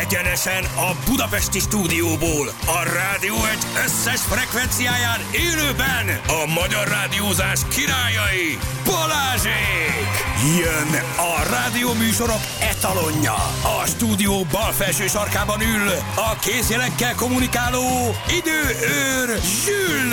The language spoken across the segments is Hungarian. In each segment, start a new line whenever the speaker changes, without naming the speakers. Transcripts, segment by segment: Egyenesen a Budapesti stúdióból, a rádió egy összes frekvenciáján élőben a magyar rádiózás királyai Balázsék! Jön a rádió műsorok etalonja, a stúdió bal felső sarkában ül a kézjelekkel kommunikáló időőr Zsül!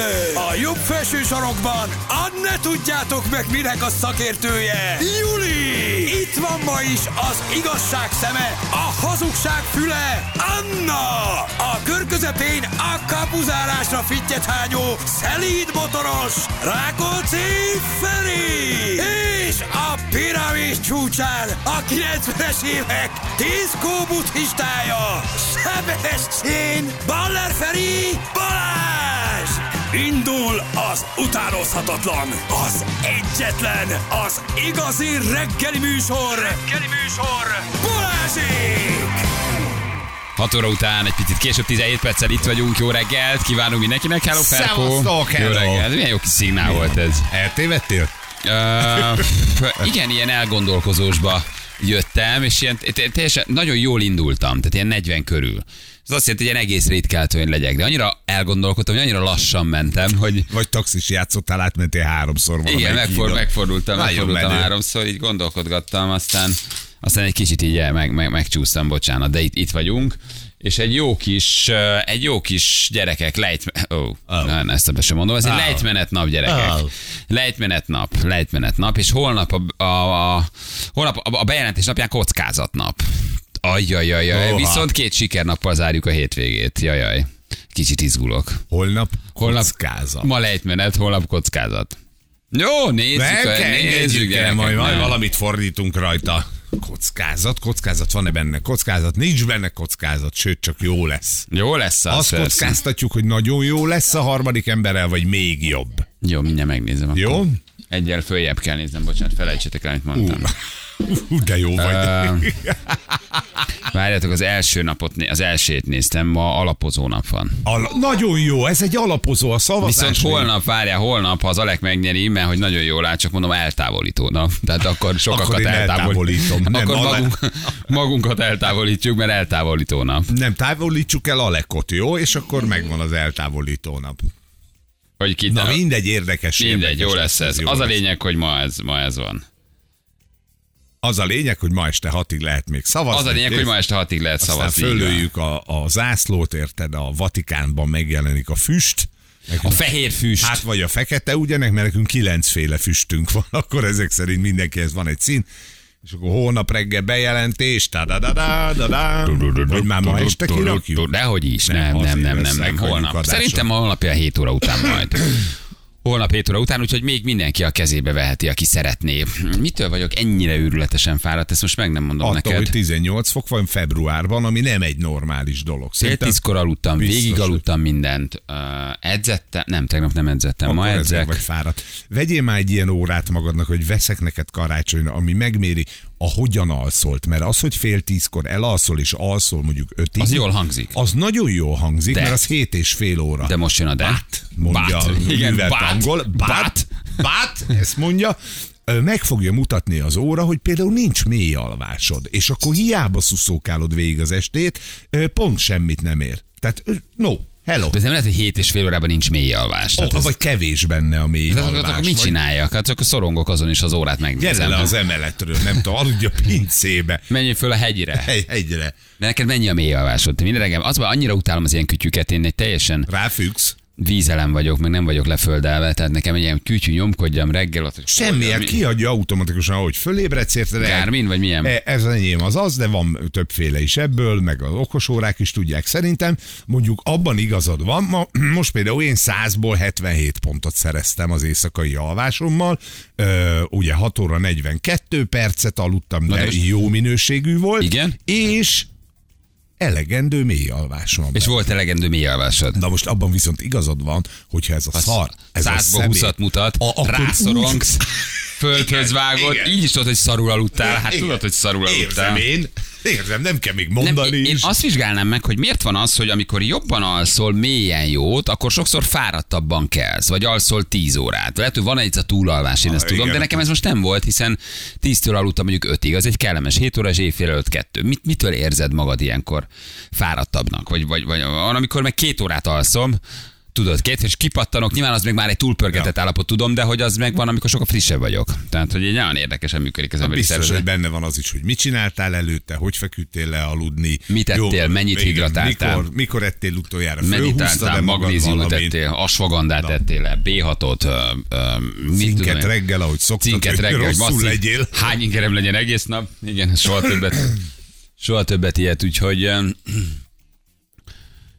A jobb felső sarokban a ne tudjátok meg minek a szakértője Juli! Itt van ma is az igazság szeme, a hazugság füle, Anna! A kör közepén a kapuzárásra fittyet hányó, szelíd motoros, Rákóczi Feri! És a piramis csúcsán a 90-es évek diszkó buddhistája, Sebestén Baller Feri Balázs! Indul az utánozhatatlan, az egyetlen, az igazi reggeli műsor. Reggeli műsor. Balázsék!
6 óra után, egy picit később, 17 perccel itt vagyunk. Jó reggelt, kívánunk mindenkinek. Hello, Ferko.
Szevasztok,
Jó
hello.
reggelt. Milyen jó kis szignál volt ez.
Eltévedtél?
Ö, pff, igen, ilyen elgondolkozósba jöttem, és ilyen te- teljesen nagyon jól indultam, tehát ilyen 40 körül. Ez azt jelenti, hogy ilyen egész ritkát olyan legyek, de annyira elgondolkodtam, hogy annyira lassan mentem, hogy
Vagy taxis játszottál, átmentél háromszor valamelyik
igen, megfor,
hídon.
megfordultam,
Nagyon
megfordultam
menő.
háromszor, így gondolkodgattam, aztán, aztán egy kicsit így el- meg, meg, megcsúsztam, bocsánat, de itt, itt vagyunk. És egy jó kis, ö, egy jó kis gyerekek, lejt, ó, oh. nem, ezt be sem mondom, ez egy lejtmenet nap, gyerekek.
Ó.
Lejtmenet nap, lejtmenet nap, és holnap a, a, a, holnap a, a bejelentés napján kockázatnap. Ajjajajaj,
Oha.
viszont két sikernappal zárjuk a hétvégét, jajaj. Kicsit izgulok.
Holnap
Holnap-
kockázat.
Ma lejtmenet, holnap kockázat. Jó, nézzük,
Meg
a-
kell,
nézzük
nézzük el,
gyerekek,
majd, majd
nem.
valamit fordítunk rajta. Kockázat, kockázat, van-e benne kockázat? Nincs benne kockázat, sőt, csak jó lesz.
Jó lesz az,
Azt
persze.
kockáztatjuk, hogy nagyon jó lesz a harmadik emberrel, vagy még jobb.
Jó, mindjárt megnézem. akkor.
Jó?
Egyel följebb kell néznem, bocsánat, felejtsetek el, amit mondtam.
Hú, de jó vagy.
Várjátok, az első napot, né- az elsőt néztem, ma alapozó nap van.
Al- nagyon jó, ez egy alapozó a szavazás.
Viszont holnap, várjál, holnap, ha az Alek megnyeri, mert hogy nagyon jól áll, csak mondom, eltávolító nap. Tehát akkor sokakat
Akkor én eltávolítom.
eltávolítom.
Nem,
Akkor
Alek-
magunk, magunkat eltávolítjuk, mert eltávolító nap.
Nem, távolítsuk el Alekot, jó? És akkor megvan az eltávolító nap.
Hogy ki
Na mindegy, érdekes.
Mindegy,
érdekes
jó lesz ez.
jó
Az a
lesz.
lényeg, hogy ma ez, ma ez van.
Az a lényeg, hogy ma este hatig lehet még szavazni.
Az a lényeg, hogy ma este hatig lehet
Aztán
szavazni. így
föllőjük a, a zászlót, érted? A Vatikánban megjelenik a füst.
van. A fehér füst.
Hát vagy a fekete, ugyanek, mert nekünk kilencféle füstünk van, akkor ezek szerint mindenkihez van egy szín. És akkor holnap reggel bejelentés, da da da da da hogy már ma este kirakjuk.
Dehogy is,
Nem,
nem, nem,
azért
nem, nem,
lesz,
nem.
elhagyjuk
holnap.
adásra.
Szerintem a holnapja 7 óra után majd. Holnap 7 óra után, úgyhogy még mindenki a kezébe veheti, aki szeretné. Mitől vagyok ennyire őrületesen fáradt, ezt most meg nem mondom
Attól,
neked.
hogy 18 fok van februárban, ami nem egy normális dolog.
Fél
Szinte
tízkor aludtam,
biztos,
végig aludtam mindent. Uh, edzettem, nem, tegnap nem edzettem, ma
akkor ezzel
edzek.
vagy fáradt. Vegyél már egy ilyen órát magadnak, hogy veszek neked karácsonyra, ami megméri a hogyan alszolt. Mert az, hogy fél tízkor elalszol és alszol mondjuk ötig,
Az jól hangzik.
az nagyon jól hangzik,
De.
de. mert az hét és fél óra.
De most jön a de.
Bát, mondja
Bát.
a
Igen,
művelt
bát.
angol.
Bát.
Bát, bát, ezt mondja. Ö, Meg fogja mutatni az óra, hogy például nincs mély alvásod, és akkor hiába szuszókálod végig az estét, ö, pont semmit nem ér. Tehát ö, no, hello.
De ez nem lehet, hogy 7 és fél órában nincs mély alvás. Tehát
Oh,
ez-
vagy kevés benne a mély
Tehát akkor-
alvás.
akkor mit
vagy-
csináljak? Hát akkor szorongok azon is az órát
Gyere
megnézem.
le az emeletről, nem tudom, aludj a pincébe.
Menjünk föl a hegyre.
Egy, egyre.
De neked mennyi a mély alvásod? Te Minden reggel, azban annyira utálom az ilyen kütyüket, én egy teljesen
Ráfüggsz.
vízelem vagyok, meg nem vagyok leföldelve, tehát nekem egy ilyen kütyű nyomkodjam reggel. Ott, hogy
Semmiért
hogyan, mi-
kiadja automatikusan, ahogy fölébredsz, érted?
Garmin, vagy milyen?
E- Ez az enyém az az, de van többféle is ebből, meg az okosórák is tudják szerintem. Mondjuk abban igazad van, ma, most például én 100-ból 77 pontot szereztem az éjszakai alvásommal, Ö, ugye 6 óra 42 percet aludtam,
de
de
most-
jó minőségű volt.
Igen?
És elegendő mély alvásom. van
És volt elegendő mély alvásod.
Na most abban viszont igazad van, hogyha ez a szar, ez a
100-ból
szemét,
20 mutat,
a- akkor
rászorongsz, földhöz
Igen,
vágod,
igen.
így is tudod, hogy szarul aludtál, hát
Igen.
tudod, hogy szarul
Érzem
aludtál.
én. Érzem, nem kell még mondani
én, én
is.
azt vizsgálnám meg, hogy miért van az, hogy amikor jobban alszol mélyen jót, akkor sokszor fáradtabban kelsz, vagy alszol 10 órát. Lehet, hogy van egy a túlalvás, én
Ah,
ezt tudom,
igen.
de nekem ez most nem volt, hiszen 10-től aludtam mondjuk 5-ig, az egy kellemes 7 órás éjfél előtt 2. Mit, mitől érzed magad ilyenkor fáradtabbnak? Vagy, vagy, vagy van, amikor meg két órát alszom, tudod, két, és kipattanok, nyilván az még már egy túlpörgetett állapot, tudom, de hogy az meg van, amikor sokkal frissebb vagyok. Tehát, hogy egy nagyon érdekesen működik az emberi
Hát Biztos,
szervezet.
hogy benne van az is, hogy mit csináltál előtte, hogy feküdtél le aludni.
Mit ettél, mennyit hidratáltál?
Mikor, mikor ettél utoljára? Fölhúztad-e
Meditáltál,
magad
magnéziumot
valamint?
ettél, asvagandát ettél le, B6-ot, ö, ö, mit tudom
Cinket
én,
reggel, ahogy szoktad,
cinket
hogy
reggel, hogy
rosszul
masszív,
legyél.
hány ingerem legyen egész nap, igen, soha többet, soha többet ilyet, úgyhogy ö,
El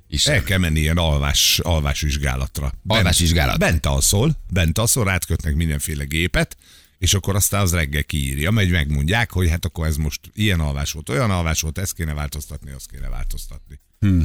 Isten,
kell menni ilyen alvás, alvásvizsgálatra. Bent,
Alvásvizsgálat.
Bent alszol, bent alszol, rátkötnek mindenféle gépet, és akkor aztán az reggel kiírja, megy megmondják, hogy hát akkor ez most ilyen alvás volt, olyan alvás volt, ezt kéne változtatni, azt kéne változtatni. Hmm.
Hm.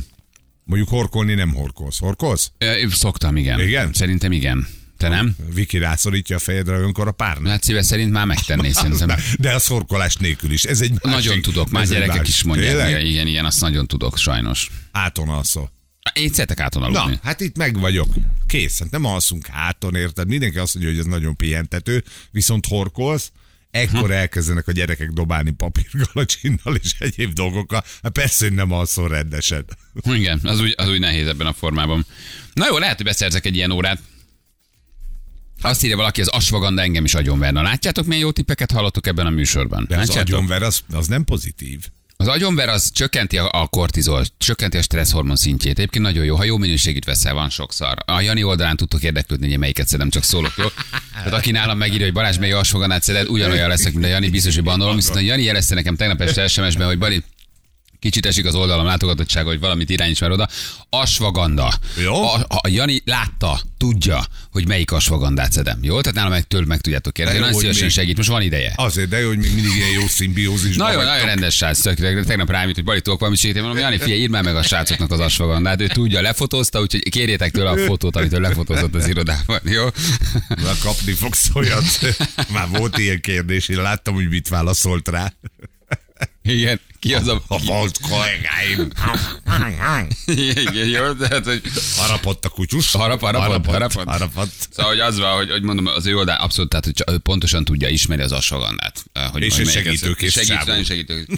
Mondjuk horkolni nem horkolsz. Horkolsz?
ö, szoktam, igen.
Igen?
Szerintem igen. Te nem?
Viki rászorítja a fejedre önkor a párnát.
Hát szíve szerint már megtenné, szerintem.
De a szorkolás nélkül is. Ez egy másik,
Nagyon tudok, már
ez egy
gyerekek
másik.
is mondják, igen,
Tényleg?
igen, igen, azt nagyon tudok, sajnos.
Áton alszol.
Én szeretek áton
Na,
aludni.
hát itt meg vagyok. Kész, hát nem alszunk háton, érted? Mindenki azt mondja, hogy ez nagyon pihentető, viszont horkolsz,
Hm.
ekkor elkezdenek a gyerekek dobálni papírgalacsinnal és egyéb dolgokkal. Hát persze, hogy nem alszol rendesen.
Igen, az úgy, az úgy nehéz ebben a formában. Na jó, lehet, hogy beszerzek egy ilyen órát. Azt írja valaki, az asvaganda engem is agyonverna. Látjátok, milyen jó tippeket hallottok ebben a műsorban?
De az
Látjátok?
agyonver, az, az nem pozitív.
Az agyonver az csökkenti a, a kortizol, csökkenti a stresszhormon szintjét. Egyébként nagyon jó, ha jó minőségűt veszel, van sokszor. A Jani oldalán tudtok érdeklődni, hogy melyiket szedem, csak szólok, jó? Tehát aki nálam megírja, hogy Balázs mely alsfoganát szedett, ugyanolyan leszek, mint a Jani, biztos, hogy bandolom. Viszont a Jani jelezte nekem tegnap este SMS-ben, hogy Bali, Kicsit esik az oldalam látogatottsága, hogy valamit irányíts már oda. Asvaganda.
Jó.
A, a Jani látta, tudja, hogy melyik asvagandát szedem. Jó? Tehát nálam meg, től meg tudjátok kérdezni.
De jó,
Nagyon
hogy
szívesen
még.
segít, most van ideje.
Azért, de jó, hogy még mindig ilyen jó szimbiózis.
Nagyon, nagyon rendes srác, tökéletes. Tegnap rám jut, hogy balítók valamit segíteni, mondom, Jani, figyelj, írd már meg a srácoknak az asvagandát. Ő tudja, lefotózta, úgyhogy kérjétek tőle a fotót, amit ő lefotózott az irodában, jó?
Na, kapni fogsz olyat. Már volt ilyen kérdés, én láttam, hogy mit válaszolt rá.
Igen, ki az a...
A volt kollégáim.
Igen, jó, tehát, hogy...
Harapott a kutyus.
Harap, harapott, harapott.
harapott.
Szóval, hogy az van, hogy, hogy mondom, az ő oldal abszolút, tehát, hogy csak, ő pontosan tudja, ismeri az asvagandát. eh, Hogy,
És
hogy
ő
melyik ez.
segítőkész
Segít,
csávó.
nagyon segítőkész.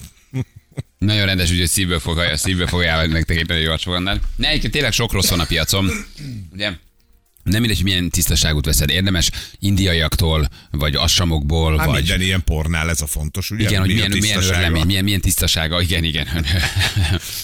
Nagyon rendes, úgyhogy szívből fogja, szívből fogja elvenni nektek éppen egy jó asvagandát. Ne, egyébként tényleg sok rossz van a piacon. Ugye? Nem mindegy, hogy milyen tisztaságot veszed. Érdemes indiaiaktól, vagy assamokból,
Hát
vagy...
minden ilyen pornál ez a fontos, ugye?
Igen, hogy
Mi a
milyen, milyen
tisztasága?
örlemény, milyen, milyen tisztasága, igen, igen.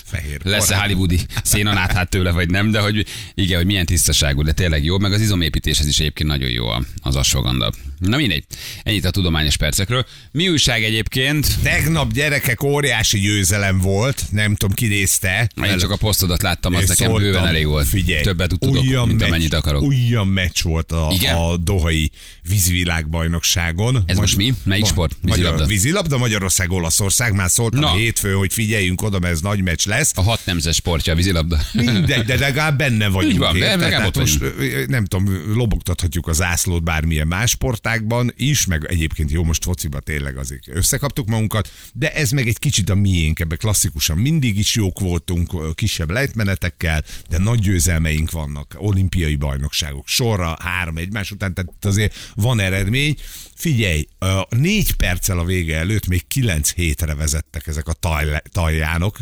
Fehér
Lesz
pornál.
a hollywoodi szénan át hát tőle, vagy nem, de hogy igen, hogy milyen tisztaságú, de tényleg jó, meg az izomépítéshez is egyébként nagyon jó a- az asfoganda. Na mindegy, ennyit a tudományos percekről. Mi újság egyébként?
Tegnap gyerekek óriási győzelem volt, nem tudom ki nézte.
Én csak a posztodat láttam, az
Én
nekem
szóltam,
bőven elég volt.
Figyelj,
Többet tudok,
olyan
mint amennyit akarok.
Olyan meccs volt a,
Igen?
a dohai vízvilágbajnokságon.
Ez most mi? Melyik
Ma-
sport?
Magyar,
Vízilabda?
vízilabda? Magyarország, Olaszország. Már szóltam
Na.
Na. hétfőn, hogy figyeljünk oda, mert ez nagy meccs lesz.
A hat nemzes sportja, a vízilabda.
Mindegy, de legalább benne vagyunk.
Így van,
érted?
de legalább
Tehát
ott
most, ö, nem tudom, lobogtathatjuk az zászlót bármilyen más sportákban is, meg egyébként jó, most fociba tényleg azért összekaptuk magunkat, de ez meg egy kicsit a miénk, ebbe klasszikusan mindig is jók voltunk, ö, kisebb lejtmenetekkel, de nagy győzelmeink vannak, olimpiai bajnokságok sorra, három egymás után, tehát azért van eredmény. Figyelj, ö, négy perccel a vége előtt még kilenc hétre vezettek ezek a taj, tajjánok,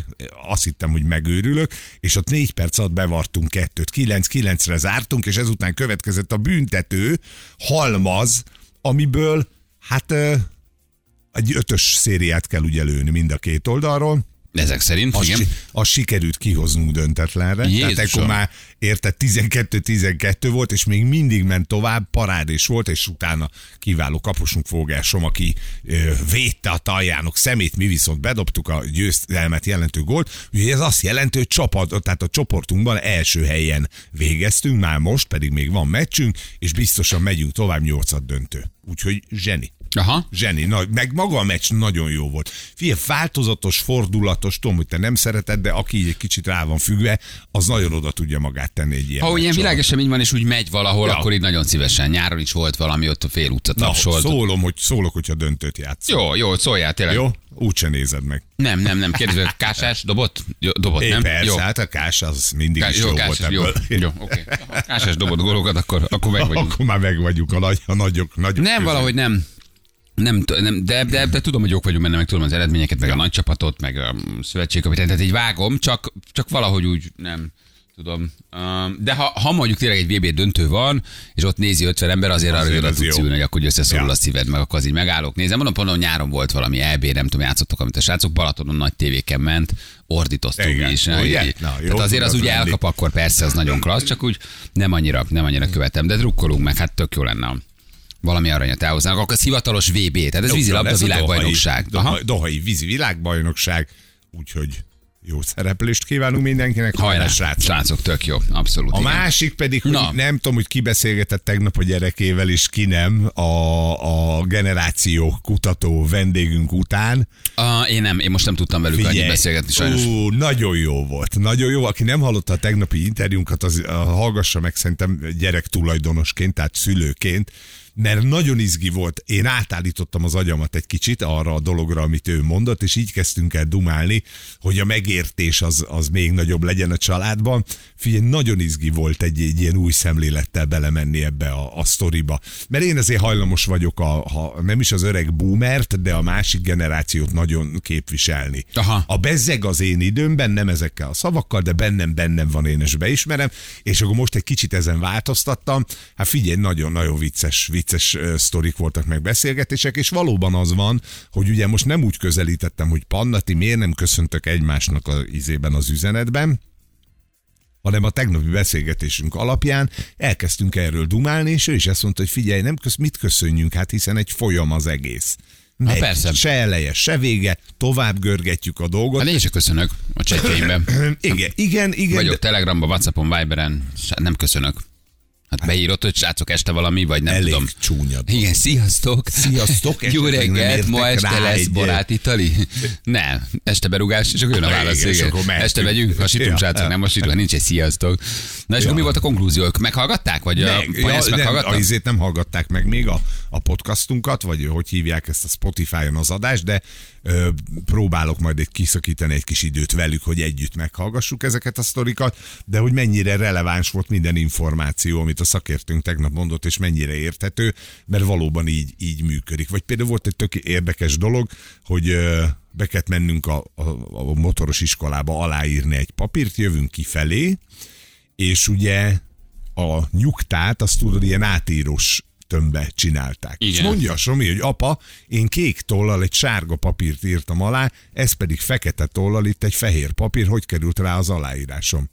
azt hittem, hogy megőrülök, és ott négy perc alatt bevartunk kettőt, kilenc kilencre zártunk, és ezután következett a büntető halmaz, amiből hát ö, egy ötös szériát kell ugye lőni mind a két oldalról,
Ezek szerint,
az,
igen.
si- az sikerült kihoznunk döntetlenre.
Jézusom.
Tehát akkor már érted, 12-12 volt, és még mindig ment tovább, parádés volt, és utána kiváló kapusunk Fogásom, aki ö, védte a taljánok szemét, mi viszont bedobtuk a győzelmet jelentő gólt. Ugye ez azt jelenti, hogy csapat, tehát a csoportunkban első helyen végeztünk, már most pedig még van meccsünk, és biztosan megyünk tovább nyolcad döntő. Úgyhogy zseni.
Aha.
Zseni, na, meg maga a meccs nagyon jó volt. Figyelj, változatos, fordulatos, tudom, hogy te nem szereted, de aki így egy kicsit rá van függve, az nagyon oda tudja magát tenni egy ilyen
Ha ilyen
meccsen.
világesemény van, és úgy megy valahol,
Ja.
akkor így nagyon szívesen. Nyáron is volt valami, ott a fél utca
Na,
tapsolt.
szólom, hogy szólok, hogyha döntőt játsz.
Jó, jó, szóljál tényleg.
Jó? Úgyse nézed meg.
Nem, nem, nem, kérdező, kásás dobott? Jó, dobott,
Én
nem?
persze,
jó.
hát a kás az mindig
Ká-
is
jó,
jó, volt
kásás, jó,
ebből.
jó, oké. Ha Kásás dobott gólokat, akkor, akkor meg vagyunk.
Akkor már meg vagyunk a, nagy, a nagyok, nagyok
Nem,
között.
valahogy nem. Nem, t- nem de, de, de, tudom, hogy jók vagyunk benne, meg tudom az eredményeket, meg a nagy csapatot, meg a szövetségkapitányt, tehát így vágom, csak, csak valahogy úgy nem tudom. Öm, De ha, ha mondjuk tényleg egy VB döntő van, és ott nézi 50 ember, azért,
Azért
arra oda
az
tudsz
jó.
ülni, hogy akkor így összeszorul
Ja.
a szíved, meg akkor az így megállok. Nézem, mondom, pont nyáron volt valami EB, nem tudom, játszottok, amit a srácok Balatonon nagy tévéken ment, ordítoztunk
Igen,
is.
ugye?
így-
Na, jó,
tehát azért az
az
úgy
mindig.
elkap, akkor persze az nagyon klassz, csak úgy nem annyira, nem annyira követem, de drukkolunk meg, hát tök jó lenne. ha Valami aranyat elhoznának, akkor az hivatalos VB, tehát ez
Jó,
vízilabda
ez a
világbajnokság.
Dohai,
Aha.
Dohai, Dohai vízi világbajnokság, úgyhogy jó szereplést kívánunk mindenkinek.
Hajrá,
srác.
srácok, tök jó, abszolút.
A
igen.
másik pedig, hogy
Na.
nem tudom, hogy ki beszélgetett tegnap a gyerekével, és ki nem a, a generáció kutató vendégünk után.
Ah, én nem, én most nem tudtam velük annyit beszélgetni sajnos.
Ú, nagyon jó volt. Nagyon jó. Aki nem hallotta a tegnapi interjúnkat, az ah, hallgassa meg szerintem gyerek tulajdonosként, tehát szülőként, mert nagyon izgi volt. Én átállítottam az agyamat egy kicsit arra a dologra, amit ő mondott, és így kezdtünk el dumálni, hogy a megértés az, az még nagyobb legyen a családban. Figyelj, nagyon izgi volt egy, egy ilyen új szemlélettel belemenni ebbe a, a sztoriba. Mert én azért hajlamos vagyok, a, ha nem is az öreg boomert, de a másik generációt nagyon képviselni.
Aha.
A bezzeg az én időmben, nem ezekkel a szavakkal, de bennem, bennem van, én is beismerem, és akkor most egy kicsit ezen változtattam. Hát figyelj, nagyon-nagyon vicces, vicces ö, sztorik voltak meg beszélgetések, és valóban az van, hogy ugye most nem úgy közelítettem, hogy Pannati, miért nem köszöntök egymásnak az izében az üzenetben, hanem a tegnapi beszélgetésünk alapján elkezdtünk erről dumálni, és ő is ezt mondta, hogy figyelj, nem kösz, mit köszönjünk, hát hiszen egy folyam az egész. Megy,
persze.
Se eleje, se vége, tovább görgetjük a dolgot.
Hát én is köszönök a csetjeimben.
Igen, igen, igen.
Vagyok
Vagyok.
Telegramban, Whatsappon, Viberen, s- nem köszönök. Hát beírod, hogy srácok, este valami, vagy nem
Elég
tudom.
csúnya dolog.
Igen, sziasztok.
Sziasztok,
Jó
esetleg nem
reggelt,
értek
ma
rá
este lesz
egy-
baráti tali. Nem, este berugás, és akkor jön a
Na,
válasz.
igen, és
Igen,
akkor mehetünk.
este megyünk, hasítunk,
Ja.
srácok, nem hasítunk, nincs egy sziasztok. Na és akkor mi volt a konklúzió? Ők meghallgatták, vagy a
Meg, ja,
ezt
nem, a
meghallgattak?
izét nem hallgatták meg még a, a podcastunkat, vagy hogy hívják ezt a Spotify-on az adást, de ö, próbálok majd egy kiszakítani egy kis időt velük, hogy együtt meghallgassuk ezeket a sztorikat, de hogy mennyire releváns volt minden információ, amit a szakértőnk tegnap mondott, és mennyire érthető, mert valóban így, így működik. Vagy például volt egy tök érdekes dolog, hogy ö, be kellett mennünk a, a, a motoros iskolába aláírni egy papírt, jövünk kifelé, és ugye a nyugtát, azt tudod, ilyen átírós tömbbe csinálták.
Igen.
És mondja a Somi, hogy apa, én kék tollal egy sárga papírt írtam alá, ez pedig fekete tollal itt egy fehér papír, hogy került rá az aláírásom?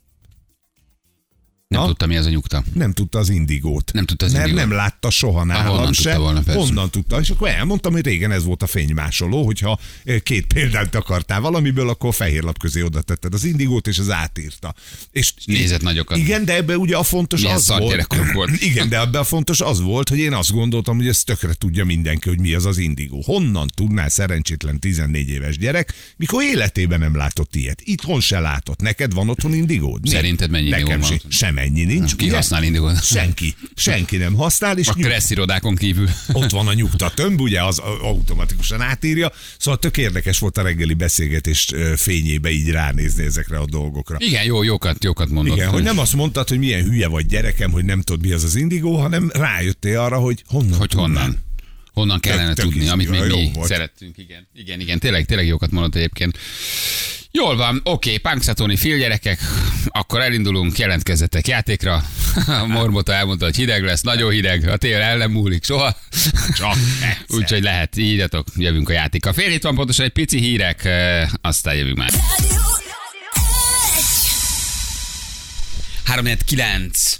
Nem
Na?
tudtam, mi az a nyugta.
Nem tudta az indigót.
Nem tudta az
Mert
indigót. Hát
nem látta soha nálam
honnan
se.
tudta volna, persze.
honnan tudta, és akkor elmondtam, hogy régen ez volt a fénymásoló, hogyha eh, két példányt akartál valamiből, akkor fehér lap közé oda tetted az indigót, és az átírta. És
Nézett nagyokat.
Igen, de ebbe ugye a fontos
Milyen
az
szar gyerekkorunk
volt.
volt.
Igen, de ebbe a fontos az volt, hogy én azt gondoltam, hogy ezt tökre tudja mindenki, hogy mi az az indigó. Honnan tudná szerencsétlen 14 éves gyerek, mikor életében nem látott ilyet? Itthon se látott. Neked van otthon indigód? Nincs.
Szerinted mennyi indigóm
Nekem
van
se,
otthon?
semennyi nincs.
Ki
ugye?
használ indigót?
Senki. Senki nem használ, és
A
nyug-
kressz irodákon kívül.
ott van a nyugta tömb, ugye az automatikusan átírja, szóval tök érdekes volt a reggeli beszélgetés ö, fényébe így ránézni ezekre a dolgokra.
Igen, jó, jókat, jókat mondott.
Igen, hogy nem azt mondtad, hogy milyen hülye vagy gyerekem, hogy nem tudod mi az az indigó, hanem rájöttél arra, hogy honnan.
Hogy
tudnád.
honnan? Honnan kellene
Tök- tök
tudni,
izgi,
amit még
jó
mi
volt.
szerettünk. Igen, igen, igen, tényleg, tényleg jókat mondott egyébként. Jól van, oké, Punxsutawney fél gyerekek, akkor elindulunk, jelentkezzetek játékra. A Mormota elmondta, hogy hideg lesz, nagyon hideg, a tél el nem múlik soha.
Csak egyszer.
Úgyhogy lehet, írjatok, jövünk a játéka. Fél hét van pontosan, egy pici hírek, eh, aztán jövünk már.
Radio X.
3 9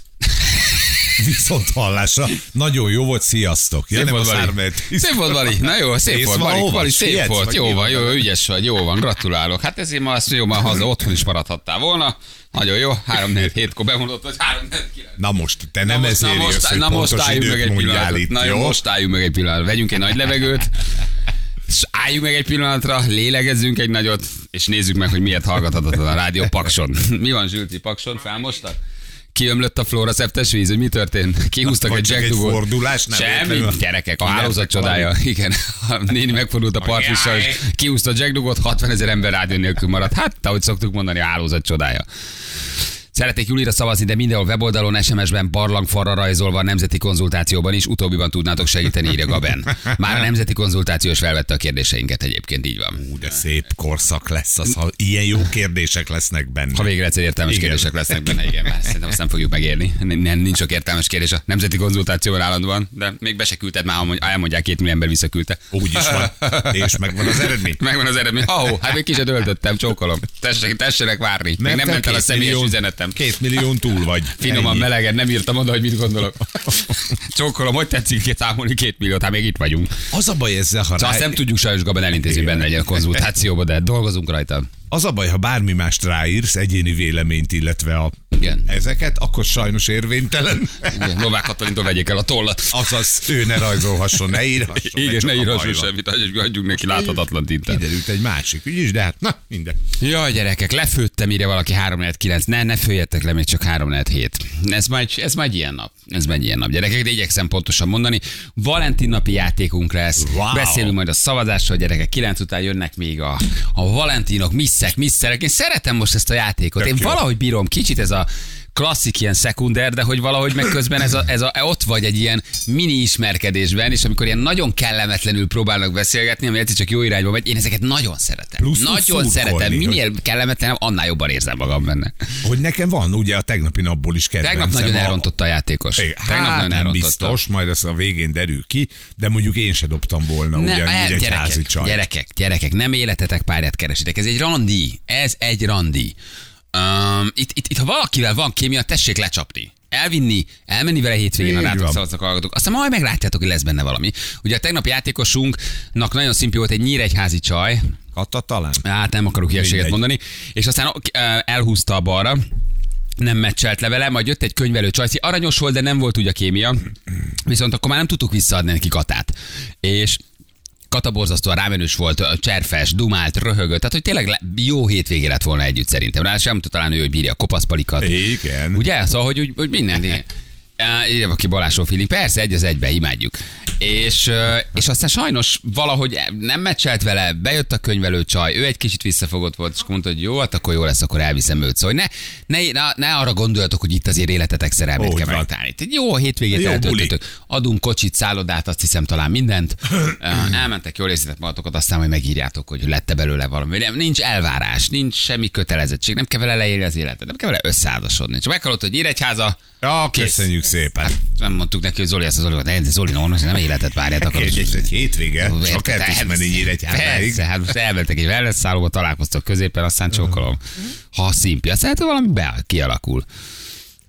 Viszont hallásra. Nagyon jó volt, sziasztok. Ja,
Szép
nem
volt,
a
Vali.
szármert.
Szép volt, Vali. Na jó, szép
Mész
volt,
ma
Vali,
hova?
Vali szép
Sietsz,
volt.
vagy
Jó
mi
van,
van?
jó, ügyes vagy, jó van, gratulálok. Hát ezért ma azt jó van haza, otthon is maradhattál volna. Nagyon jó, 3 4 7 kor bemondott, hogy 3 4 9
Na most, te nem
most-
ezért jössz, hogy
na most
pontos
álljunk meg
időt
egy
mondjál
pillanatot.
itt,
na jó,
jó?
most álljunk meg egy pillanatot. Vegyünk egy nagy levegőt, és álljunk meg egy pillanatra, lélegezzünk egy nagyot, és nézzük meg, hogy miért hallgathatatlan a rádió Pakson. Mi van, Zsülti Pakson? Felmostak? Kiömlött a Flóra szeptes víz, hogy mi történt? Kihúztak
Vagy
egy
csak egy
jackdugót.
fordulás, nem
Semmi,
értem.
gyerekek, a
Kinek
hálózat
van?
csodája. Igen, a néni megfordult a partfissal, és kiúszta a jackdugot, 60 ezer ember rádió nélkül maradt. Hát, ahogy szoktuk mondani, a hálózat csodája. Szeretnék Julira szavazni, de mindenhol weboldalon, SMS-ben, barlangfarra rajzolva, a nemzeti konzultációban is. Utóbbiban tudnátok segíteni, írja Gaben. Már a nemzeti konzultáció is felvette a kérdéseinket egyébként, így van.
Ú, de szép korszak lesz az, ha ilyen jó kérdések lesznek benne.
Ha végre egyszer értelmes
Igen.
kérdések lesznek benne, igen, már szerintem azt nem fogjuk megérni. N- Nem, nincs sok értelmes kérdés a nemzeti konzultációban állandóan, de még be se küldted, már amúgy- elmondják, két millió ember visszaküldte.
Úgy is van. És megvan az eredmény.
Megvan az eredmény. Oh, hát még kicsit öltöttem, csókolom. Tessenek, tessenek várni. Még nem ment el a
két
személyes
millión-
üzenetem.
Két millión túl vagy.
Finoman,
Ennyi.
melegen, nem írtam oda, hogy mit gondolok. Csókolom, hogy tetszik ki számolni két milliót, hát még itt vagyunk.
Az a baj ezzel, ha
Szóval azt
rá...
nem tudjuk sajnos Gaben elintézni, hogy benne legyen a konzultációba, de dolgozunk rajta.
Az a baj, ha bármi mást ráírsz, egyéni véleményt, illetve a
Igen.
ezeket, akkor sajnos érvénytelen.
Igen, Novák Katalintól vegyék el a tollat.
Azaz, ő ne rajzolhasson, ne írhasson.
Igen,
csak
ne
a
írhassunk
bajban.
semmit, hagyjuk- hagyjuk neki láthatatlan tintet.
Kiderült egy másik ügy is, de hát na, minden.
Jaj, gyerekek, lefőttem, írja valaki 349. Ne, ne főjetek le, még csak 347. Ez majd, ez majd ilyen nap. Ez majd ilyen nap, gyerekek, de igyekszem pontosan mondani. Valentin napi játékunk lesz.
Wow.
Beszélünk majd a szavazásról, gyerekek. 9 után jönnek még a, a Valentinok, misszek, misszerek. Én szeretem most ezt a játékot.
Tök
Én
jó.
valahogy bírom kicsit ez a klasszik ilyen szekunder, de hogy valahogy meg közben ez a, ez a, ott vagy egy ilyen mini ismerkedésben, és amikor ilyen nagyon kellemetlenül próbálnak beszélgetni, ami egyszer csak jó irányba megy, én ezeket nagyon szeretem.
Plusz
nagyon
szurkolni,
szeretem.
hogy-
Minél kellemetlenebb, annál jobban érzem magam benne.
Hogy nekem van, ugye a tegnapi napból is kedvencem.
Tegnap nagyon
a-
elrontotta a játékos.
Igen,
Tegnap
hát
nagyon
nem
elrontotta.
biztos, majd ezt a végén derül ki, de mondjuk én se dobtam volna ne, ugyanígy
el-
egy házi csaj.
eh, hát gyerekek, gyerekek, nem életetek párját keresitek. Ez egy randi. Ez egy randi. Um, itt, itt, itt, ha valakivel van kémia, tessék lecsapni. Elvinni, elmenni vele hétvégén, a
Így
rátok
van.
szavaznak hallgatók. Aztán majd meglátjátok, hogy lesz benne valami. Ugye a tegnap játékosunknak nagyon szimpi volt egy nyíregyházi csaj,
Kata talán?
hát nem akarok hülyeséget
Mindegy.
mondani, és aztán ok, eh, elhúzta a balra, nem meccselt le vele, majd jött egy könyvelő csajci, aranyos volt, de nem volt úgy a kémia, viszont akkor már nem tudtuk visszaadni neki Katát. És Kata borzasztóan rámenős volt, ö, cserfes, dumált, röhögött, tehát hogy tényleg le- jó hétvégé lett volna együtt szerintem. Rá sem tudta talán ő, hogy bírja a kopaszpalikat.
Igen.
Ugye? Szóval, hogy, úgy, hogy minden. igen. Á, Írja aki Balázsó Filip, persze, egy az egybe, imádjuk. És, ö, és aztán sajnos valahogy nem meccselt vele, bejött a könyvelő csaj, ő egy kicsit visszafogott volt, és akkor mondta, hogy jó, hát akkor jó lesz, akkor elviszem őt. Szóval ne, ne, ne, ne arra gondoljatok, hogy itt azért életetek szerelmét
Úgy
kell
van.
megtalálni. Tehát Jó, a hétvégét
Jó
eltöltöttök. Adunk kocsit, szállodát, azt hiszem talán mindent. Ö, Elmentek, jól érzitek magatokat, aztán majd megírjátok, hogy lett belőle valami. Nem, nincs elvárás, nincs semmi kötelezettség, nem kell vele leélni az életet, nem kell vele összeházasodni. Csak meghallott, hogy nyíregyháza,
Ja,
Kész. Hát,
köszönjük szépen.
nem mondtuk neki, hogy Zoli ezt az Zoli, de Zoli normális, nem életet várját akarod.
Egy, egy, egy hétvége,
Érted?
csak el tudsz
Persze.
menni nyíregyházáig.
Persze, hát most elmentek egy wellness szállóba, találkoztak középen, aztán
Mhm.
csókolom. Ha szimpi, aztán hát valami be, kialakul.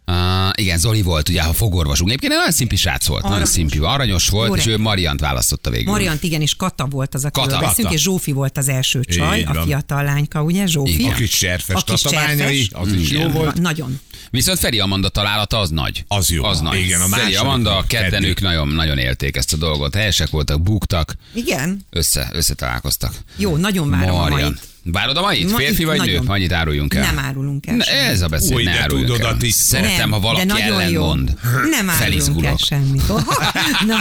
Uh, igen, Zoli volt, ugye, a fogorvosunk. Egyébként egy nagyon szimpi srác volt, nagyon
Aranyos.
szimpi, aranyos volt,
Jó
és ő
reggelt.
Mariant választotta végül.
Mariant igen, és Kata volt az, akiről
Kata.
beszélünk,
Kata.
és Zsófi volt az első csaj,
Így
a
van.
fiatal lányka, ugye Zsófi?
A kis serfes
A kis
tatabányai,
serfes.
az is jó
Igen.
volt.
Na- Nagyon.
Viszont Feri Amanda találata az nagy.
Az jó.
Az nagy.
Igen, a
Feri
második
Amanda,
volt,
ketten
kettő.
ők nagyon, nagyon élték ezt a dolgot. Helyesek voltak, buktak,
Igen.
össze, összetalálkoztak.
Jó, nagyon várom a
Marian.
mait.
Várod a mait?
Ma
Férfi
itt
vagy nő?
nagyon.
Annyit áruljunk el.
Nem árulunk el
Na,
semmit.
ez a beszél,
Új,
ne
de
áruljuk
tudod
el.
a tisztot.
Szeretem,
Nem,
ha valaki
de nagyon
ellen
jó.
mond.
Nem árulunk el
Felizgulok.
semmit. Oha, na,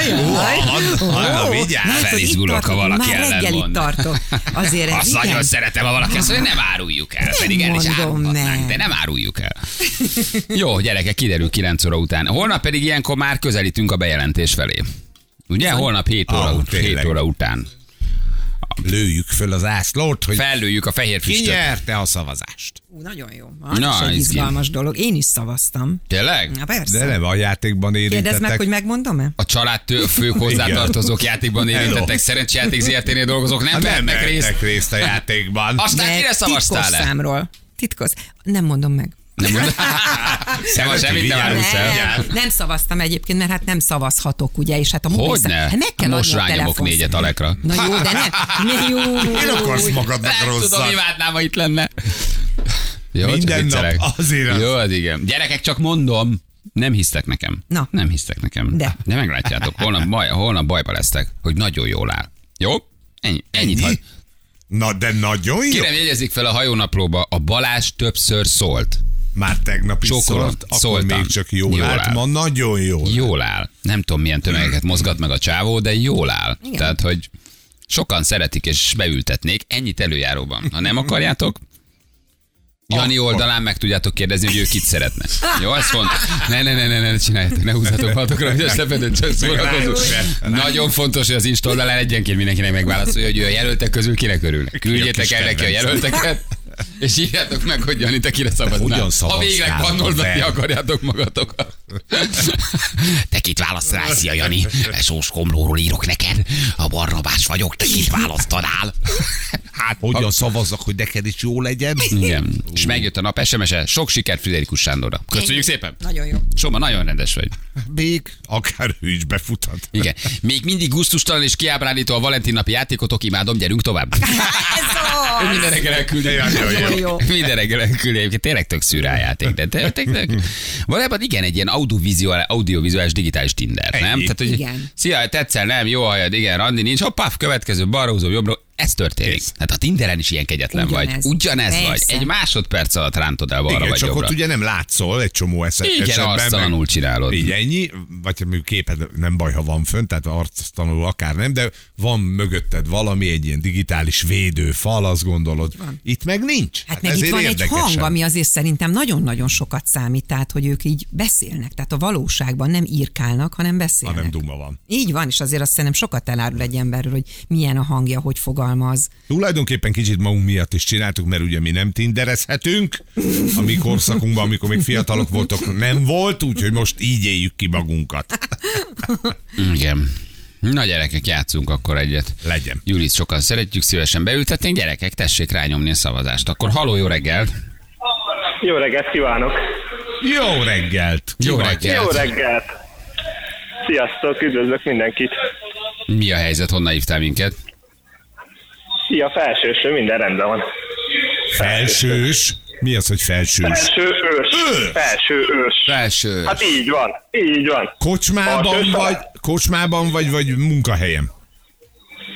jaj.
Ad- adna,
Ó,
vigyázz,
látod, itt
felizgulok, ha
tartok,
valaki
Már
ellen
reggelig
mond.
tartok. Azért ez
Azt
igen.
nagyon szeretem, ha valaki azt mondja, hogy nem áruljuk el. pedig el is
mondom
árulhatnánk,
meg.
de nem áruljuk el. Jó, gyerekek, kiderül 9 óra után. Holnap pedig ilyenkor már közelítünk a bejelentés felé. Ugye? Holnap 7 óra,
Ah,
ut- 7
tényleg.
óra után.
Lőjük föl az ászlót, hogy
Fellőjük a fehér
ki
füstöt.
nyerte a szavazást.
Ú, Nagyon jó. Az
Na,
is egy
izgi.
izgalmas dolog. Én is szavaztam.
Tényleg?
Na
De
persze.
nem a játékban
Kérdezd meg,
érintettek.
hogy megmondom-e?
a család tő- fők hozzátartozók játékban
Hello.
érintettek, szerencsejáték ZRT-nél dolgozók nem
Hát nem
vehetnek részt.
vettek részt a játékban.
Aztán
De
kire
titkos
szavaztál le?
számról. Titkos. Nem mondom meg.
Nem mondom. Szeva
Szereti,
semmit nem árulsz
vigyázz.
el.
Nem, nem szavaztam egyébként, mert hát nem szavazhatok, ugye, és hát a mobil
Hogyne?
hát meg kell
Most
adni a
rányomok
telefonszám-
négyet Alekra.
Na jó, de ne. ne jó.
Én akarsz magadnak
Nem tudom,
rosszat.
imádnám, ha itt lenne. Jó, csak
Minden nap
viccelek.
azért az.
Jó, az igen. Gyerekek, csak mondom. Nem hisztek nekem.
Na.
Nem hisztek nekem.
De.
De meglátjátok, holnap, baj, holnap bajba lesztek, hogy nagyon jól áll. Jó? Ennyi, ennyit hagy.
Na de nagyon jó.
Kérem, jegyezzék fel a hajónaplóba, a Balázs többször szólt.
Már tegnap is
Csókolom,
szólt, akkor
szóltam.
még csak jól,
Jól áll.
állt. Ma nagyon jól.
Jól áll. Nem tudom, milyen tömegeket mozgat meg a csávó, de jól áll. Igen. Tehát, hogy sokan szeretik és beültetnék. Ennyit előjáróban. Ha nem akarjátok, Jani oldalán meg tudjátok kérdezni, hogy ő kit szeretne. Jó, ez fontos. Ne, ne, ne, ne, ne, ne csináljátok, ne húzzatok matokra, hogy összefedett, csak szórakozunk. Nagyon fontos, hogy az Insta oldalán egyenként mindenkinek megválaszolja, hogy ő a jelöltek közül kinek örül. Küldjetek
kis
el neki a
kedvenc.
jelölteket, és írjátok meg, hogy Jani, te kire
hogyan
szabadnál. Ha
szavaztál,
végleg pannoldatni
haver?
akarjátok magatokat. Te kit választanál, szia Jani? Sós Komlóról írok neked. A barrabás vagyok, te kit választanál? Hát,
Hogyan szavazzak, hogy neked is jó legyen?
igen. És megjött a nap SMS-e. Sok sikert Friderikus Sándorra. Köszönjük szépen.
Nagyon jó. Hát
Soma, nagyon rendes vagy.
Még akár ő is befuthat.
Igen. Még mindig gusztustalan és kiábránító a Valentin napi játékotok. Imádom, gyerünk tovább.
Ez az!
Minden reggel elküldi.
Nagyon jó.
Minden reggel elküldi. Egyébként tényleg tök szüráljáték. De te, te, te, valójában igen, egy ilyen audiovizuál, audiovizuális digitális Tinder, nem?
Ennyi.
Tehát, hogy
Igen.
szia, tetszel, nem, jó hajad, igen, randi nincs, hoppá, következő balra húzom, jobbra, ez történik.
Kész.
Hát a Tinderen is ilyen kegyetlen
Ugyanez.
vagy. Ugyanez vagy.
Persze.
Egy másodperc alatt rántod el balra
Igen,
vagy
csak
jobbra.
ott ugye nem látszol egy csomó esze-
Igen,
esetben.
arctalanul csinálod.
Így ennyi, vagy hát mondjuk képed nem baj, ha van fönt, tehát arctanul akár nem, de van mögötted valami, egy ilyen digitális védőfal, azt gondolod. Itt meg nincs.
Hát meg itt van egy hang, ami azért szerintem nagyon-nagyon sokat számít, tehát hogy ők így beszélnek, tehát a valóságban nem írkálnak, hanem beszélnek.
Hanem duma van.
Így van, és azért azt szerintem sokat elárul egy emberről, hogy milyen a hangja, hogy fogalmaz.
Tulajdonképpen kicsit magunk miatt is csináltuk, mert ugye mi nem tinderezhetünk, a mi korszakunkban, amikor még fiatalok voltok, nem volt, úgyhogy most így éljük ki magunkat.
Igen. Na gyerekek, játszunk akkor egyet.
Legyen.
Julit sokan szeretjük, szívesen beültetnénk. Gyerekek, tessék rányomni a szavazást. Akkor haló, jó reggelt!
Jó reggelt kívánok!
Jó reggelt! Ki vagy?
Jó reggelt! Sziasztok, üdvözlök mindenkit!
Mi a helyzet, honnan hívtál minket?
Szia, felsőső, minden rendben van.
Felsős? Mi az, hogy felsős?
Felső ős.
Ős.
Felső ős.
Felső.
Hát így van, így van.
Kocsmában
Felsős
vagy,
talán?
kocsmában vagy, vagy munkahelyem?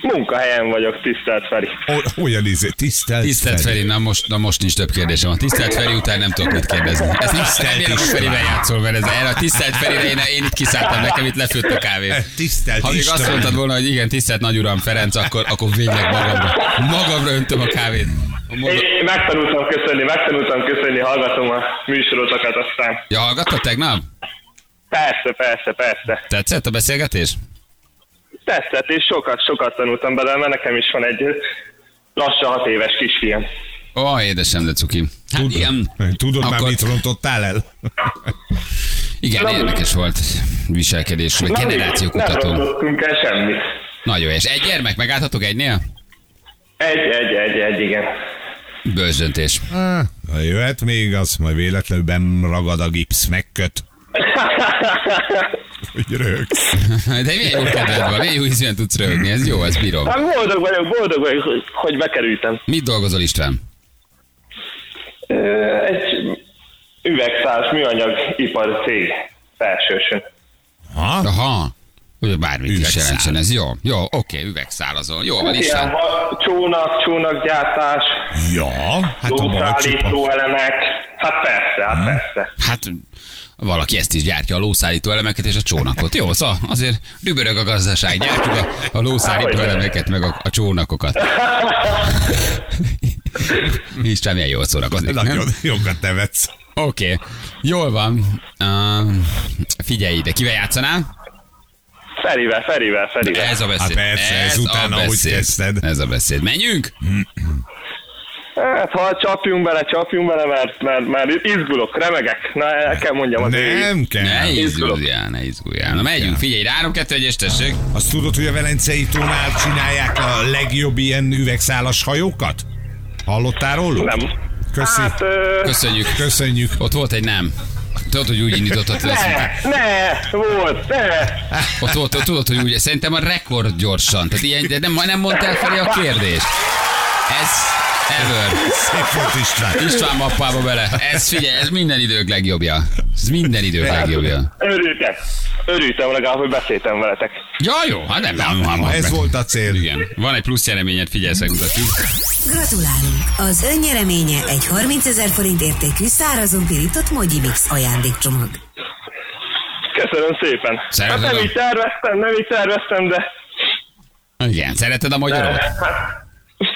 Munkahelyen vagyok, tisztelt Feri.
O- Olyan izé, tisztelt,
Tisztelt Feri, na most, na most nincs több kérdésem. A tisztelt Feri után nem tudok mit kérdezni. Ez nem tisztelt Feri, most Ferivel játszol, mert ez erre a tisztelt Ferire én, én itt kiszálltam, nekem itt lefőtt a kávé.
Eh, Tisztelt
Ha még
István.
azt mondtad volna, hogy igen, tisztelt nagyuram Ferenc, akkor, akkor végleg magamra, magamra öntöm a kávét.
Én
Mondom,
én megtanultam köszönni, megtanultam köszönni, hallgatom a műsorotokat aztán.
ja, hallgattad tegnap?
Persze, persze, persze.
Tetszett a beszélgetés?
Tetszett, és sokat, sokat tanultam belőle, nekem is van egy lassan hat éves kisfiam.
Ó, oh, édesem, de cuki. Hát
Tudod,
igen,
tudod már,
Akkor-
mit rontottál el?
igen
Nem.
érdekes volt viselkedés, vagy
Na, még Nem
generációkutató.
rontottunk el semmit.
Nagyon jó, és egy gyermek, megálltatok egynél?
Egy, egy, egy, egy, igen.
Bölcs döntés.
Ah, ha jöhet még az, majd véletlenül benn ragad a gipsz, megköt. Hogy rögsz.
De milyen jó kedved van, milyen jó ízűen tudsz röhögni, ez jó, ez bírom.
Hát boldog vagyok, boldog vagyok, hogy, hogy bekerültem.
Mit dolgozol István?
Ö, Egy üvegszálas műanyag ipar cég felsősön.
Ha?
Aha, hogy bármit is
Üvegszál.
jelentsen, ez jó. Jó, oké, üvegszálazol. Jó van
Ilyen
István.
va- csónak, csónakgyártás,
Ja, hát a Mhm.
lószállító
babacsupa.
elemek. Hát persze, hát persze.
Hát valaki ezt is gyártja, a lószállító elemeket és a csónakot. Jó, szóval azért dübörög a gazdaság, gyártjuk a, a lószállító elemeket, meg a, a csónakokat. István milyen jól szórakozik, nem?
Nagyon jókat nevetsz.
Oké, jól van. Uh, figyelj ide, kivel játszanál?
Ferivel, Ferivel, Ferivel.
Ez a beszéd.
Hát persze, ezután, ahogy kezdted.
Ez a beszéd. Menjünk?
Hát ha csapjunk bele, csapjunk bele, mert, mert, mert izgulok, remegek. Na, el kell mondjam az ő-
Nem
Ne
kell.
izguljál, ne izguljál. Na megyünk, figyelj, 3 2 1 tessék.
Azt tudod, hogy a Velencei tónál csinálják a legjobb ilyen üvegszálas hajókat? Hallottál róluk?
Nem.
Köszi.
Hát, ö,
Köszönjük.
Köszönjük.
Ott volt egy nem. Tudod, hogy úgy indítottad hogy azt mondtad.
ne, ne, volt, ne.
Ott volt, ott tudod, hogy úgy, szerintem a rekord gyorsan. Tehát ilyen, de nem, nem mondtál felé a kérdést. Ez ever.
Szép volt István.
István mappába bele. Ez figyelj, ez minden idők legjobbja. Ez minden idők legjobbja.
Örültem. Örültem legalább, hogy beszéltem veletek.
Ja, jó, hát nem, nem, nem,
Ha ez volt a cél.
Igen. Van egy plusz jeleményed, figyelj, megmutatjuk.
Gratulálunk! Az önnyereménye egy 30 ezer forint értékű szárazon pirított Mogyi Mix ajándékcsomag.
Köszönöm szépen. Hát
Szeretem.
nem így terveztem, nem így terveztem, de Hát,
Igen, szereted a magyarot?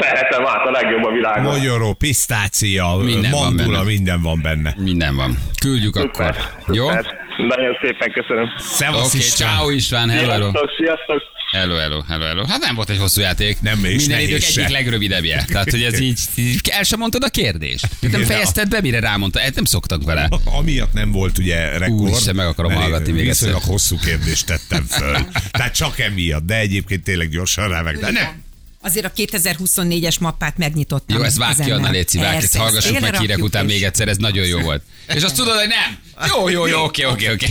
szeretem át a legjobb a világon.
Magyaró, pisztácia,
Minden
minden
van
mandula,
benne.
minden van benne.
Minden van. Küldjük akkor.
Szuper,
Jó? Oké,
szuper. Nagyon szépen köszönöm.
Szevasz
okay,
István.
ciao István, hello, hello.
Sziasztok, sziasztok.
Hello, hello, hello, hello. Hát nem volt egy hosszú játék.
Nem, és
Minden
nehéz
idők
se.
egyik legrövidebbje. Tehát, hogy ez így, így, el sem mondtad a kérdést. Tehát nem
Igen,
fejezted be, mire rámondta. Hát nem szoktak vele.
Amiatt nem volt ugye rekord.
Úristen, meg akarom
mert
hallgatni
én
még egyszer.
Viszonylag hosszú kérdést tettem föl. Tehát csak emiatt, de egyébként tényleg gyorsan rá meg. De nem.
Azért a 2024-es mappát megnyitottam.
Jó, ezt vágj ki,
kezemmel.
Anna Léci, vágj, ezt
Persze,
hallgassuk
félre
meg hírek
rakjuk
után
is.
még egyszer, ez nagyon jó volt. És azt tudod, hogy nem. Jó, jó, jó, oké, oké, oké.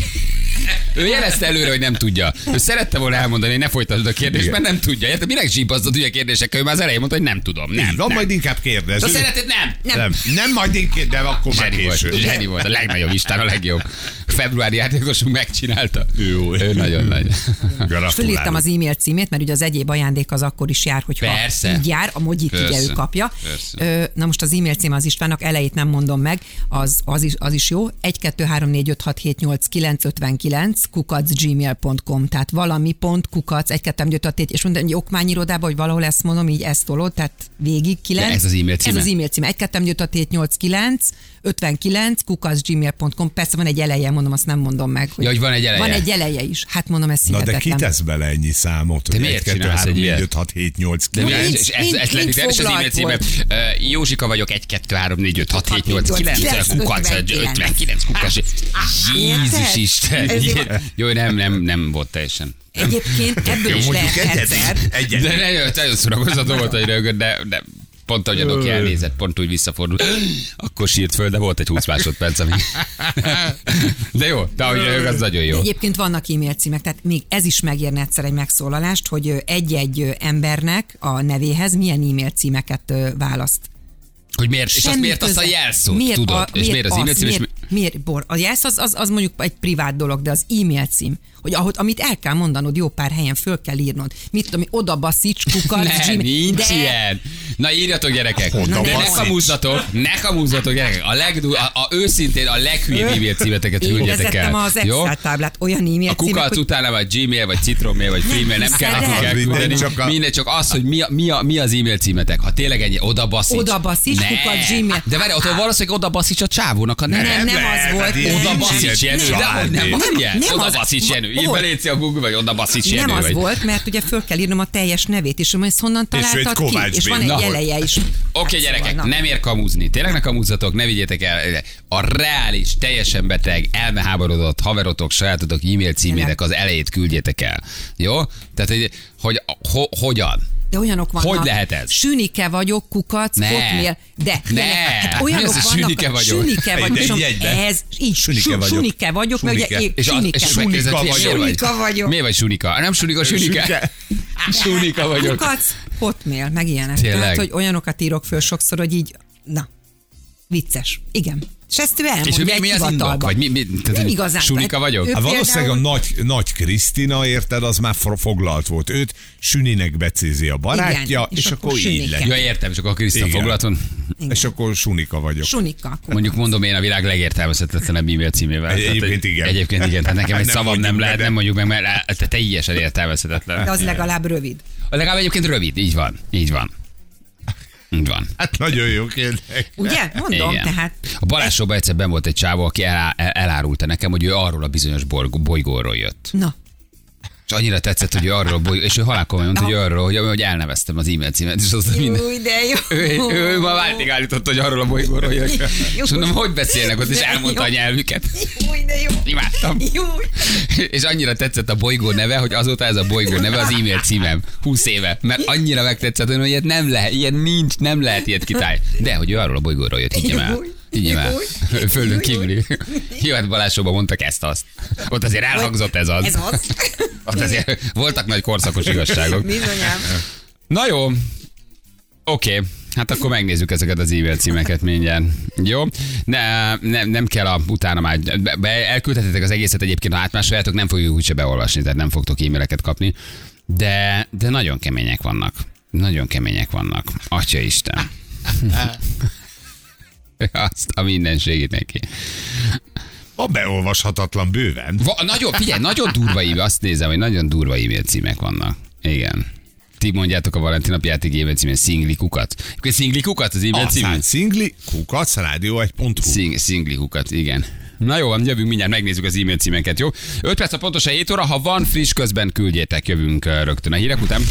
Ő jelezte előre, hogy nem tudja. Ő szerette volna elmondani, hogy ne folytasd a kérdést, mert nem tudja. Érted, minek zsípazdod ugye a kérdésekkel, ő már az elején mondta, hogy nem tudom. Nem,
Így van,
nem.
majd inkább kérdez.
De szereted, nem.
nem. nem. Nem, majd inkább, de akkor már
Zseni
késő.
volt, Zseni volt, a legnagyobb Isten, a legjobb. Februári játékosunk megcsinálta.
Jó.
Ő nagyon nagy.
Fölírtam
Gratulálok.
az e-mail címét, mert ugye az egyéb ajándék az akkor is jár, hogyha
Persze.
így jár, a mogyit ugye
Persze.
ő kapja.
Persze.
Ö, na most az e-mail cím az Istvánnak, elejét nem mondom meg, az, az, is, az is jó. 1 2 3 4 5 6 7 8 9 59 kukacgmail.com, tehát valami pont kukac 1 2 3 4 5 6 7 és mondom, hogy okmányirodában, vagy valahol ezt mondom, így ezt tolod, tehát végig 9.
De ez az e-mail címe?
Ez az e-mail címe. 1 2 3 4 5 6 7 8 9 59 kukacgmail.com. Persze van egy eleje, mondom, azt nem mondom meg.
Ja, hogy van egy eleje.
Van egy eleje is. Hát mondom, ez
Na de ki
hihetetlen.
tesz bele ennyi számot? Te
miért csinálsz egy ilyet?
5, 6, 7, 8,
De mi
Nincs,
és ez,
nincs,
ez lenni,
nincs
de és az e-mail
foglalt
címem. Ö, Józsika vagyok, 1, 2, 3, 4, 5, 6, 7, 8, 9,
9,
kukac,
59.
59, kukac. Jézus
Érted?
Isten.
Ez jó.
Jó, nem, nem, nem volt teljesen.
Egyébként ebből is lehet egyszer.
egyet.
De ne jött, nagyon szórakozató volt, hogy rögött, de, de pont ahogy a doki elnézett, pont úgy visszafordult. Akkor sírt föl, de volt egy 20 másodperc, ami... De jó, de ahogy rögött, az nagyon jó.
Egyébként vannak e-mail címek, tehát még ez is megérne egyszer egy megszólalást, hogy ö, egy-egy ö, embernek a nevéhez milyen e-mail címeket ö, választ.
Hogy miért, és azt
Semmi
miért azt a
köze.
jelszót, tudod? és miért az e-mail cím, és
miért, miért, bor, a jelsz az, az, az mondjuk egy privát dolog, de az e-mail cím, hogy ahogy, amit el kell mondanod, jó pár helyen föl kell írnod. Mit tudom, én, oda baszics, kukac,
Nem,
Gmail-
nincs
Hát de
ilyen. Na írjatok gyerekek.
Honnan
de ne
bassz
kamúzzatok, ne kamúzzatok gyerekek. A, legdu, a, a őszintén a leghülyébb e-mail címeteket
Én
küldjetek
vezettem
el.
az Excel táblát, olyan e-mail
A
címek,
kukac
hogy
utána vagy Gmail, vagy Citrommail, vagy Freemail, nem kell
hiszem
nekik
el.
elküldeni.
Mindegy, csak a-
Mindegy, csak az, hogy mi, a, mi, a, mi az e-mail címetek. Ha tényleg ennyi, oda basszics.
Oda basszics,
Ne.
kukac, Gmail.
De várj, ott valószínűleg oda basszics a csávónak a neve.
Nem, nem az volt.
hát ilyen Hát
Oda basszics
nincs ilyen
Nem,
Jenő, de hogy nem,
családi.
van
Nem,
ilyen?
nem
Oda
az-
basszics Jenő. Írd be
hol?
Léci a Google, vagy oda basszics Jenő.
Nem az
vagy.
volt, mert ugye föl kell írnom a teljes nevét, és mondom, ezt honnan
ő egy
találtad ki?
Kovács
És van egy
Béla.
eleje is.
Oké, okay,
Hát
gyerekek,
szóval, na.
nem ér kamúzni. Tényleg ne kamúzzatok, ne vigyétek el. eh, A reális, teljesen beteg, elmeháborodott haverotok, sajátotok e-mail címének az elejét küldjétek el. Jó? Tehát, hogy, hogy ho, hogyan?
De olyanok vannak.
Hogy lehet ez?
Sünike vagyok, kukac,
Ne.
hotmail, de
Ne.
tényleg, hát
Mi
olyanok
az, hogy
vannak.
sünike vagyok?
Sünike vagyok.
Egy-
és
egy-
mondom,
egyben.
ez így,
Sünike
sünike vagyok.
vagyok.
Sünike vagyok, mert ugye
Sünike.
én
És, a,
sünike.
és
vagyok.
megkérdezed,
Sunika
miért
vagyok.
vagy?
Sunika vagyok.
Miért vagy Sunika? Nem Sunika, Sunike.
Sünike.
Sunika vagyok.
Kukac, hotmail, meg ilyenek.
Tényleg.
Tehát, hogy olyanokat írok föl sokszor, hogy így, na, vicces. Igen. És ezt ő elmondja
És hogy mi,
egy
mi az indok?
hivatalban.
Vagy mi, mi, tehát,
Nem igazán.
Sunika
Hát
vagyok?
ő-
Hát valószínűleg a
Például-
nagy, nagy Krisztina, érted, az már for- foglalt volt. Őt Süninek becézi a barátja,
Igen,
és, akkor, így
Sünike.
lett.
Ja, értem, csak a Kriszta
Igen.
foglalaton.
És akkor Sunika vagyok.
Sunika.
Mondjuk mondom én a világ legértelmezhetetlenebb e-mail címével.
Egy-
Tehát,
egyébként
hogy-
igen.
Egyébként igen, tehát nekem egy
Nem
szavam
mondjuk
nem
meg,
lehet,
de-
nem mondjuk meg, mert á, te teljesen értelmezhetetlen.
De az legalább rövid.
Legalább egyébként rövid, így van, így van. Így van.
Hát nagyon jó kérdés.
Ugye? Mondom,
Igen.
tehát
A Balázsóban egyszer ben volt egy csávó, aki elá- el, elárulta nekem, hogy ő arról a bizonyos borg- bolygóról jött.
Na,
És annyira tetszett, hogy ő arról, boly- és ő halálkomolyan mondta, hogy arról, hogy, hogy elneveztem az e-mail címet, és az minden.
Új, de jó.
Ő, ő, ő ma váltig állította, hogy arról a bolygóról jövök. És mondom, hogy beszélnek ott, és elmondta a nyelvüket.
Új, de jó.
Imádtam.
Jó.
És annyira tetszett a bolygó neve, hogy azóta ez a bolygó neve az e-mail címem. 20 éve. Mert annyira megtetszett, hogy ilyet nem lehet, ilyen nincs, nem lehet ilyet kitálni. De, hogy ő arról a bolygóról jött, higgyem el. Higgyem el. Földön kívüli. Hivat Balásóban mondtak ezt azt. Ott azért elhangzott ez az.
Ez az.
Ott azért voltak nagy korszakos igazságok.
Bizonyám.
Na jó. Oké. Hát akkor megnézzük ezeket az e-mail címeket mindjárt. Jó? Ne, ne, nem kell a, utána már. Be, be, elküldhetitek az egészet egyébként, ha átmásoljátok, nem fogjuk úgyse beolvasni, tehát nem fogtok e-maileket kapni. De, de nagyon kemények vannak. Nagyon kemények vannak. Atya Isten. Azt a mindenségét neki.
A beolvashatatlan bőven.
Va, nagyon, figyelj, nagyon durva e azt nézem, hogy nagyon durva e-mail címek vannak. Igen. Ti mondjátok a Valentin nap játék e-mail címén szinglikukat. Akkor Szinglikukat az e-mail címén?
Aztán szingli, kukac, rádió 1.hu.
Szing, szinglikukat, igen. Na jó, van, jövünk mindjárt, megnézzük az e-mail címeket, jó? 5 perc a pontosan 7 óra, ha van friss közben küldjétek, jövünk ö, rögtön a hírek után.